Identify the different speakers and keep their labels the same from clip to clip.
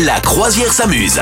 Speaker 1: La croisière s'amuse.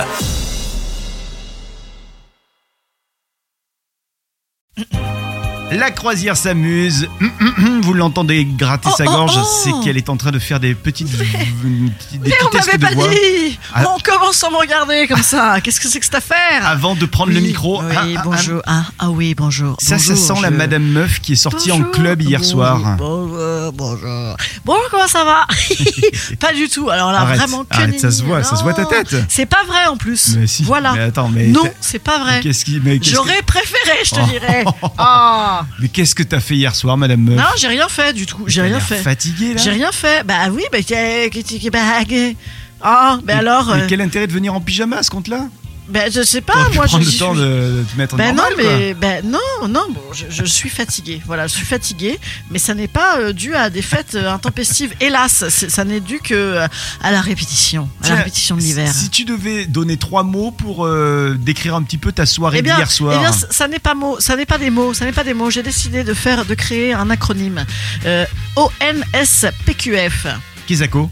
Speaker 2: La croisière s'amuse. Hum, hum, hum, Vous l'entendez gratter
Speaker 3: Oh,
Speaker 2: sa
Speaker 3: oh,
Speaker 2: gorge,
Speaker 3: oh.
Speaker 2: c'est qu'elle est en train de faire des petites, des
Speaker 3: Mais on
Speaker 2: petits tests
Speaker 3: m'avait
Speaker 2: de
Speaker 3: pas
Speaker 2: voix
Speaker 3: dit
Speaker 2: Ah.
Speaker 3: On commence sans me regarder comme ça Qu'est-ce que c'est que cette affaire
Speaker 2: avant de prendre le
Speaker 3: Oui,
Speaker 2: micro.
Speaker 3: Oui,
Speaker 2: Ah, ah, ah.
Speaker 3: bonjour. Ah, ah oui, bonjour.
Speaker 2: Ça, ça
Speaker 3: Bonjour,
Speaker 2: sent la
Speaker 3: je-
Speaker 2: Madame Meuf qui est sortie en
Speaker 3: Bonjour.
Speaker 2: club hier
Speaker 3: Bonjour,
Speaker 2: soir.
Speaker 3: Bonjour, bonjour. Bonjour, comment ça va Pas du tout. Alors là,
Speaker 2: Arrête,
Speaker 3: vraiment que
Speaker 2: arrête, ça
Speaker 3: nenni.
Speaker 2: se voit, ça se voit ta
Speaker 3: Non.
Speaker 2: tête.
Speaker 3: C'est pas vrai en plus.
Speaker 2: Mais si,
Speaker 3: Voilà.
Speaker 2: mais attends, mais
Speaker 3: non,
Speaker 2: t'as-
Speaker 3: c'est pas
Speaker 2: mais
Speaker 3: vrai.
Speaker 2: qu'est-ce qui, mais qu'est-ce que,
Speaker 3: J'aurais préféré, je te
Speaker 2: Oh.
Speaker 3: dirais. Ah.
Speaker 2: mais qu'est-ce que t'as fait hier soir, Madame Meuf
Speaker 3: Non, j'ai rien fait du tout. J'ai
Speaker 2: T'as
Speaker 3: rien
Speaker 2: l'air
Speaker 3: fait.
Speaker 2: Fatiguée là.
Speaker 3: J'ai rien fait. Bah oui, bah t'es- t'es- t'es- bah, euh, Ah, bah
Speaker 2: Mais-
Speaker 3: alors.
Speaker 2: Mais
Speaker 3: euh,
Speaker 2: quel intérêt de venir en pyjama à ce compte-là
Speaker 3: bah, je sais pas,
Speaker 2: T'aurais pu
Speaker 3: moi je
Speaker 2: prendre le
Speaker 3: suis-
Speaker 2: temps de, de te mettre en
Speaker 3: Ben non,
Speaker 2: normal, quoi.
Speaker 3: mais ben non, non, bon, je, je suis fatiguée. Voilà, je suis fatiguée, mais ça n'est pas euh, dû à des fêtes euh, intempestives. Hélas, c'est- ça n'est dû que euh, à la répétition, à
Speaker 2: Tiens,
Speaker 3: la répétition de l'hiver.
Speaker 2: Si tu devais donner trois mots pour euh, décrire un petit peu ta soirée
Speaker 3: Eh bien,
Speaker 2: d'hier soir.
Speaker 3: eh bien, ça ça n'est pas mot, ça n'est pas des mots, ça n'est pas des mots. J'ai décidé de faire, de créer un acronyme euh, ONSPQF.
Speaker 2: Kizako.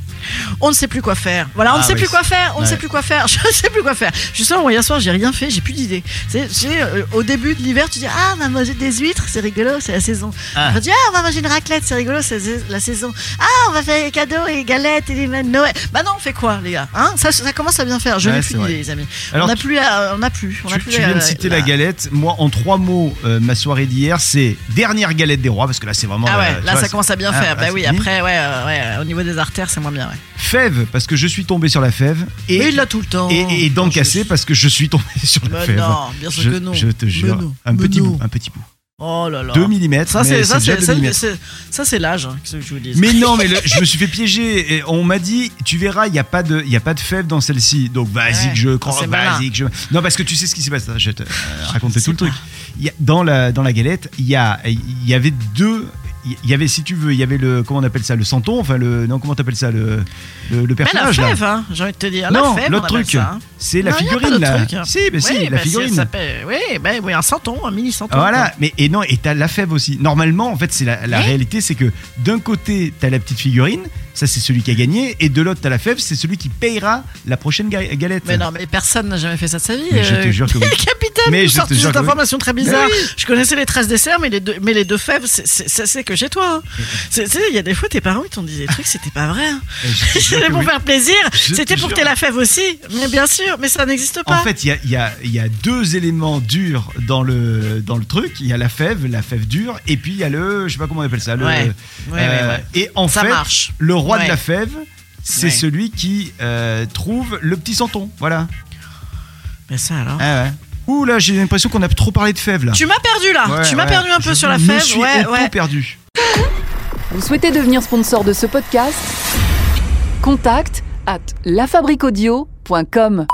Speaker 3: On ne sait plus quoi faire. Voilà, on
Speaker 2: Ah
Speaker 3: ne sait
Speaker 2: oui.
Speaker 3: plus quoi faire. On ne
Speaker 2: Ouais.
Speaker 3: sait plus quoi faire. Je ne sais plus quoi faire. Justement, moi, hier soir, j'ai rien fait. J'ai plus d'idée. C'est, c'est, euh, au début de l'hiver, tu dis ah, on va manger des huîtres, c'est rigolo, c'est la saison.
Speaker 2: Ah.
Speaker 3: Après, tu dis ah, on va manger une raclette, c'est rigolo, c'est la saison. Ah, on va faire des cadeaux et des galettes et des mêmes Noël. Bah non, on fait quoi, les gars Hein ça, ça commence à bien faire. Je
Speaker 2: Ouais,
Speaker 3: n'ai
Speaker 2: c'est
Speaker 3: plus
Speaker 2: vrai.
Speaker 3: d'idée, les amis.
Speaker 2: Alors,
Speaker 3: on n'a plus, la- on n'a plus, on n'a
Speaker 2: Tu,
Speaker 3: plus euh,
Speaker 2: tu viens de citer la galette. Moi, en trois mots, euh, ma soirée d'hier, c'est dernière galette des rois, parce que là, c'est vraiment.
Speaker 3: Ah
Speaker 2: euh,
Speaker 3: ouais,
Speaker 2: tu
Speaker 3: là
Speaker 2: vois,
Speaker 3: ça
Speaker 2: c'est-
Speaker 3: commence à bien
Speaker 2: Ah,
Speaker 3: faire.
Speaker 2: bah,
Speaker 3: Bah
Speaker 2: c'est
Speaker 3: oui,
Speaker 2: fini.
Speaker 3: après, ouais, euh, ouais, au niveau des artères, c'est moins bien. Ouais.
Speaker 2: Fève, parce que je suis tombé sur la fève. Et,
Speaker 3: Mais il l'a tout le temps.
Speaker 2: et, et, et dents
Speaker 3: Moi, je-
Speaker 2: cassées, parce que je suis tombé sur la
Speaker 3: Mais
Speaker 2: fève.
Speaker 3: non, bien sûr
Speaker 2: je,
Speaker 3: que non.
Speaker 2: je te
Speaker 3: Mais
Speaker 2: jure.
Speaker 3: non,
Speaker 2: Un
Speaker 3: mais
Speaker 2: petit
Speaker 3: non.
Speaker 2: bout, un petit bout.
Speaker 3: Oh là là.
Speaker 2: 2 mm.
Speaker 3: Ça c'est ça c'est ça,
Speaker 2: mm.
Speaker 3: c'est- ça, c'est l'âge hein, que je vous dis.
Speaker 2: Mais non, mais le- je me suis fait piéger. Et on m'a dit, tu verras, il n'y a pas de, il y a pas de fève dans celle-ci. Donc vas-y
Speaker 3: Ouais,
Speaker 2: que je
Speaker 3: c'est
Speaker 2: crois,
Speaker 3: malin.
Speaker 2: vas-y que je. Non, parce que tu sais ce qui s'est passé. Je vais te euh, raconter
Speaker 3: sais
Speaker 2: tout le truc. Il y a- dans la dans la galette, il y a, il y avait deux. Il y avait, si tu veux, il y avait le comment on appelle ça, le santon, enfin le non comment t'appelles ça, le le, le
Speaker 3: Mais la
Speaker 2: personnage là.
Speaker 3: fève, hein, j'ai envie de te dire.
Speaker 2: non,
Speaker 3: la fève,
Speaker 2: l'autre
Speaker 3: on appelle
Speaker 2: truc,
Speaker 3: ça, hein.
Speaker 2: c'est la
Speaker 3: Non, y a pas
Speaker 2: figurine
Speaker 3: d'autre
Speaker 2: là.
Speaker 3: truc, hein.
Speaker 2: Si, mais si,
Speaker 3: Oui,
Speaker 2: la
Speaker 3: bah, si,
Speaker 2: figurine.
Speaker 3: ça s'appelle- Oui, bah, oui, un santon, un mini santon.
Speaker 2: Voilà, mais et non, et t'as la fève aussi. Normalement, en fait, c'est la, la
Speaker 3: Eh
Speaker 2: réalité, c'est que d'un côté, t'as la petite figurine, ça c'est celui qui a gagné, et de l'autre, t'as la fève, c'est celui qui payera la prochaine ga- galette.
Speaker 3: Mais non, mais personne n'a jamais fait ça de sa vie.
Speaker 2: Mais je te
Speaker 3: euh,
Speaker 2: jure que oui.
Speaker 3: Capitaine,
Speaker 2: Mais
Speaker 3: mais
Speaker 2: je te
Speaker 3: sorti
Speaker 2: jure
Speaker 3: cette
Speaker 2: que oui.
Speaker 3: information très bizarre.
Speaker 2: Mais
Speaker 3: Je connaissais les 13 desserts, mais les deux, mais les deux fèves, c'est- c'est c'est- c'est que chez toi. hein. C'est- Tu sais, il y a des fois, tes parents, ils t'ont dit des trucs, c'était pas vrai. hein.
Speaker 2: Et je te jure
Speaker 3: C'était
Speaker 2: que
Speaker 3: pour
Speaker 2: oui.
Speaker 3: faire plaisir.
Speaker 2: Je te
Speaker 3: C'était
Speaker 2: jure.
Speaker 3: pour que t'aies la fève aussi. Mais bien sûr, mais ça n'existe pas.
Speaker 2: En fait, il y a, il y a- il y a deux éléments durs dans le, dans le truc. Il y a la fève, la fève dure, et puis il y a le, je sais pas comment on appelle ça, le. euh,
Speaker 3: Ouais. Ouais, ouais, ouais.
Speaker 2: Et en
Speaker 3: ça
Speaker 2: fait,
Speaker 3: marche.
Speaker 2: le roi de
Speaker 3: Ouais.
Speaker 2: la fève, c'est
Speaker 3: Ouais.
Speaker 2: celui qui euh, trouve le petit santon. Voilà.
Speaker 3: Mais ça alors.
Speaker 2: Ah ouais. Ouh là, j'ai l'impression qu'on a trop parlé de fève là.
Speaker 3: Tu m'as perdu là.
Speaker 2: Ouais,
Speaker 3: tu m'as
Speaker 2: ouais.
Speaker 3: perdu un peu
Speaker 2: Je
Speaker 3: sur la
Speaker 2: me
Speaker 3: fève.
Speaker 2: suis
Speaker 3: ouais,
Speaker 2: auto
Speaker 3: ouais.
Speaker 2: perdu.
Speaker 4: Vous souhaitez devenir sponsor de ce podcast Contact à lafabriquaudio.com.